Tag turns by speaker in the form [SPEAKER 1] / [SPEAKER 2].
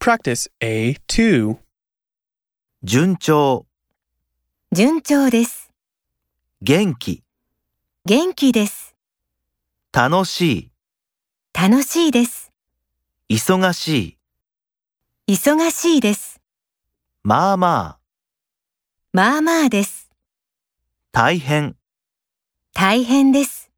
[SPEAKER 1] Practice A2.
[SPEAKER 2] 順調、
[SPEAKER 3] 順調です。
[SPEAKER 2] 元気、
[SPEAKER 3] 元気です。
[SPEAKER 2] 楽し
[SPEAKER 3] 楽しいです。
[SPEAKER 2] い、忙しい、
[SPEAKER 3] 忙しいです。
[SPEAKER 2] まあまあ、
[SPEAKER 3] まあまあです。
[SPEAKER 2] 大変。
[SPEAKER 3] 大変です。